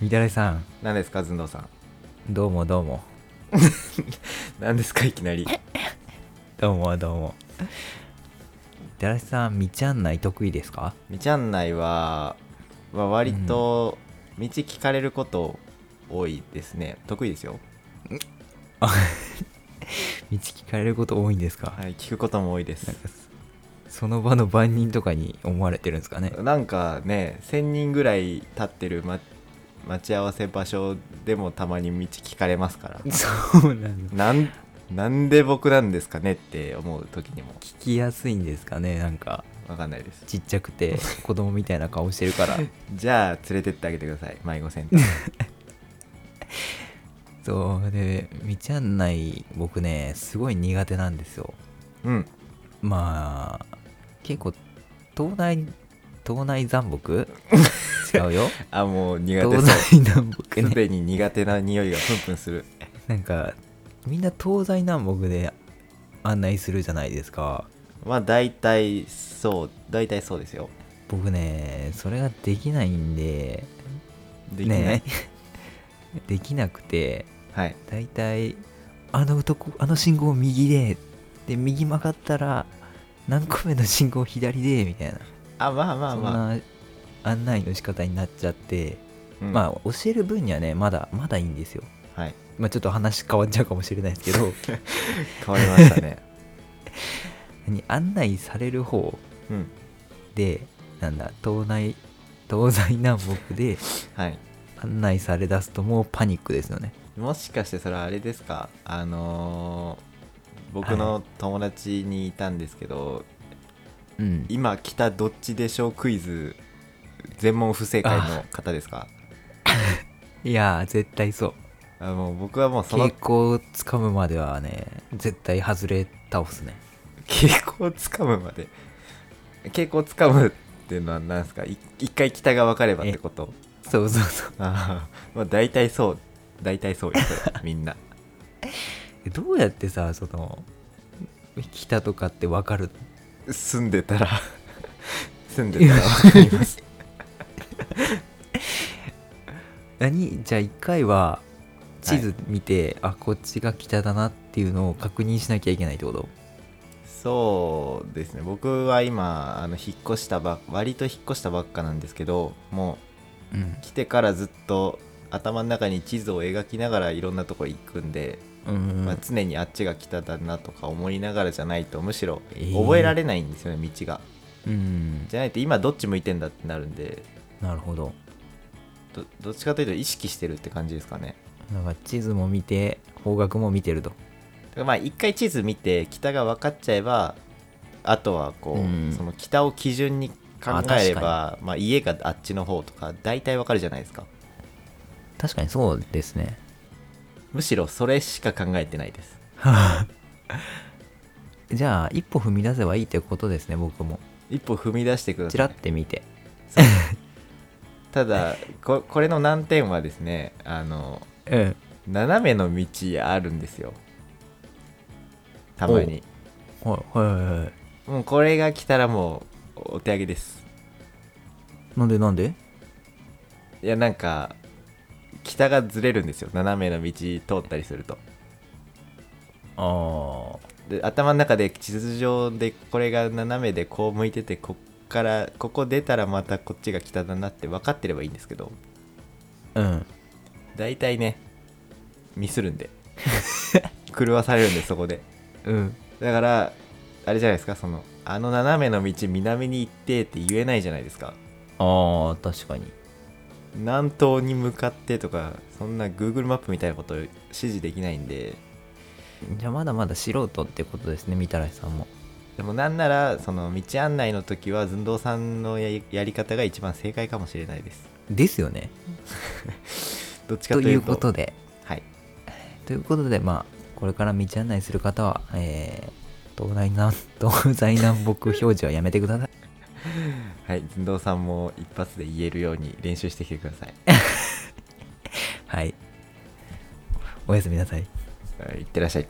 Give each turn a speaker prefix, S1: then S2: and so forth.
S1: みだれさん
S2: 何ですかずんどうさん
S1: どうもどうも
S2: 何ですかいきなり
S1: どうもどうもみだれさん道案内得意ですか
S2: 道案内は、まあ、割と道聞かれること多いですね、得意ですよ
S1: 道聞かれること多いんですか、
S2: はい聞くことも多いです
S1: なんかそその場の番人とかに思われてるんですかね
S2: なんかね1000人ぐらい立ってる、ま、待ち合わせ場所でもたまに道聞かれますから
S1: そうなの
S2: なんなんで僕なんですかねって思う時にも
S1: 聞きやすいんですかねなんか
S2: 分かんないです
S1: ちっちゃく て子供みたいな顔してるから
S2: じゃあ連れてってあげてください迷子センター
S1: そうで道案内僕ねすごい苦手なんですよ
S2: うん
S1: まあ結構島内島内残 木違うよ
S2: あもう苦
S1: 島
S2: 手そう
S1: 内南北
S2: す
S1: ね
S2: でに苦手な匂いがプンプンする
S1: なんかみんな東西南北で案内するじゃないですか
S2: まあ大体そう大体そうですよ
S1: 僕ねそれができないんで
S2: できない、
S1: ね できなくて
S2: はい
S1: 大体あのとこあの信号右でで右曲がったら何個目の信号左でみたいな
S2: あまあまあ
S1: そん
S2: まあ
S1: な案内の仕方になっちゃって、
S2: うん
S1: まあ教える分にはねまだまだいいんですよ
S2: はい
S1: まあちょっと話変わっちゃうかもしれないですけ ど
S2: 変わりましたね
S1: 何案内される方
S2: うん
S1: でなんだ東内東西南北で
S2: はい
S1: 案内され出すともうパニックですよね
S2: もしかしてそれはあれですかあのー僕の友達にいたんですけど、
S1: うん
S2: 今来たどっちでしょうクイズ全問不正解の方ですか
S1: いやー絶対そう
S2: あもう僕はもうその
S1: 傾向をつかむまではね絶対外れ倒すね
S2: 傾向をつかむまで傾向をつかむっていうのは何ですかい一回北が分かればってこと
S1: そうそうそう
S2: あーまあ大体そう大体そうよそ れみんな
S1: えどうやってさその北とかってわかる
S2: 住んで たら住んでたら分かります
S1: 何じゃあ一回は地図見て、あこっちが北だなっていうのを確認しなきゃいけないってこと
S2: そうですね僕は今あの引っ越したば割と引っ越したばっかなんですけどもう
S1: うん
S2: 来てからずっと頭の中に地図を描きながらいろんなとこ行くんで、
S1: うん、
S2: まあ、常にあっちが北だなとか思いながらじゃないとむしろ
S1: えー
S2: 覚えられないんですよね道が
S1: うん
S2: じゃないと今どっち向いてんだってなるんで
S1: なるほど
S2: どどっちかというと意識してるって感じですかね
S1: なんか地図も見て方角も見てると
S2: だからまあ一回地図見て北が分かっちゃえばあとはこう、
S1: うん
S2: その北を基準に考
S1: あ確か
S2: え
S1: に
S2: ればまあ、家があっちの方とか大体分かるじゃないですか
S1: 確かにそうですね
S2: むしろそれしか考えてないです
S1: じゃあ一歩踏み出せばいいってことですね僕も
S2: 一歩踏み出してくださ
S1: ち
S2: い
S1: らって見て
S2: ただ ここれの難点はですねあの
S1: うん
S2: 斜めの道あるんですよたまに
S1: はいはいはいはい
S2: もうこれが来たらもうお手上げです
S1: なんでなんで
S2: いやなんか北がずれるんですよ斜めの道通ったりすると
S1: あ
S2: で頭の中で地図上でこれが斜めでこう向いててこっからここ出たらまたこっちが北だなって分かってればいいんですけど
S1: あうん
S2: 大体ねミスるんで 狂わされるんでそこで
S1: うん
S2: だからあれじゃないですかそのあの斜めの道南に行ってって言えないじゃないですか
S1: ああ確かに
S2: 南東に向かってとかそんな Google マップみたいなこと指示できないんで
S1: じゃあまだまだ素人ってことですねみたらしさんも
S2: でもなんならその道案内の時は寸胴さんのやりやり方が一番正解かもしれないです
S1: ですよね
S2: どっちか
S1: と
S2: と
S1: い
S2: いう
S1: う
S2: と
S1: ことで
S2: はい
S1: ということでまあこれから道案内する方はえー、東大南東西南北表示はやめてください
S2: はい寸胴さんも一発で言えるように練習してきてください
S1: はいおやすみなさい
S2: はいいってらっしゃい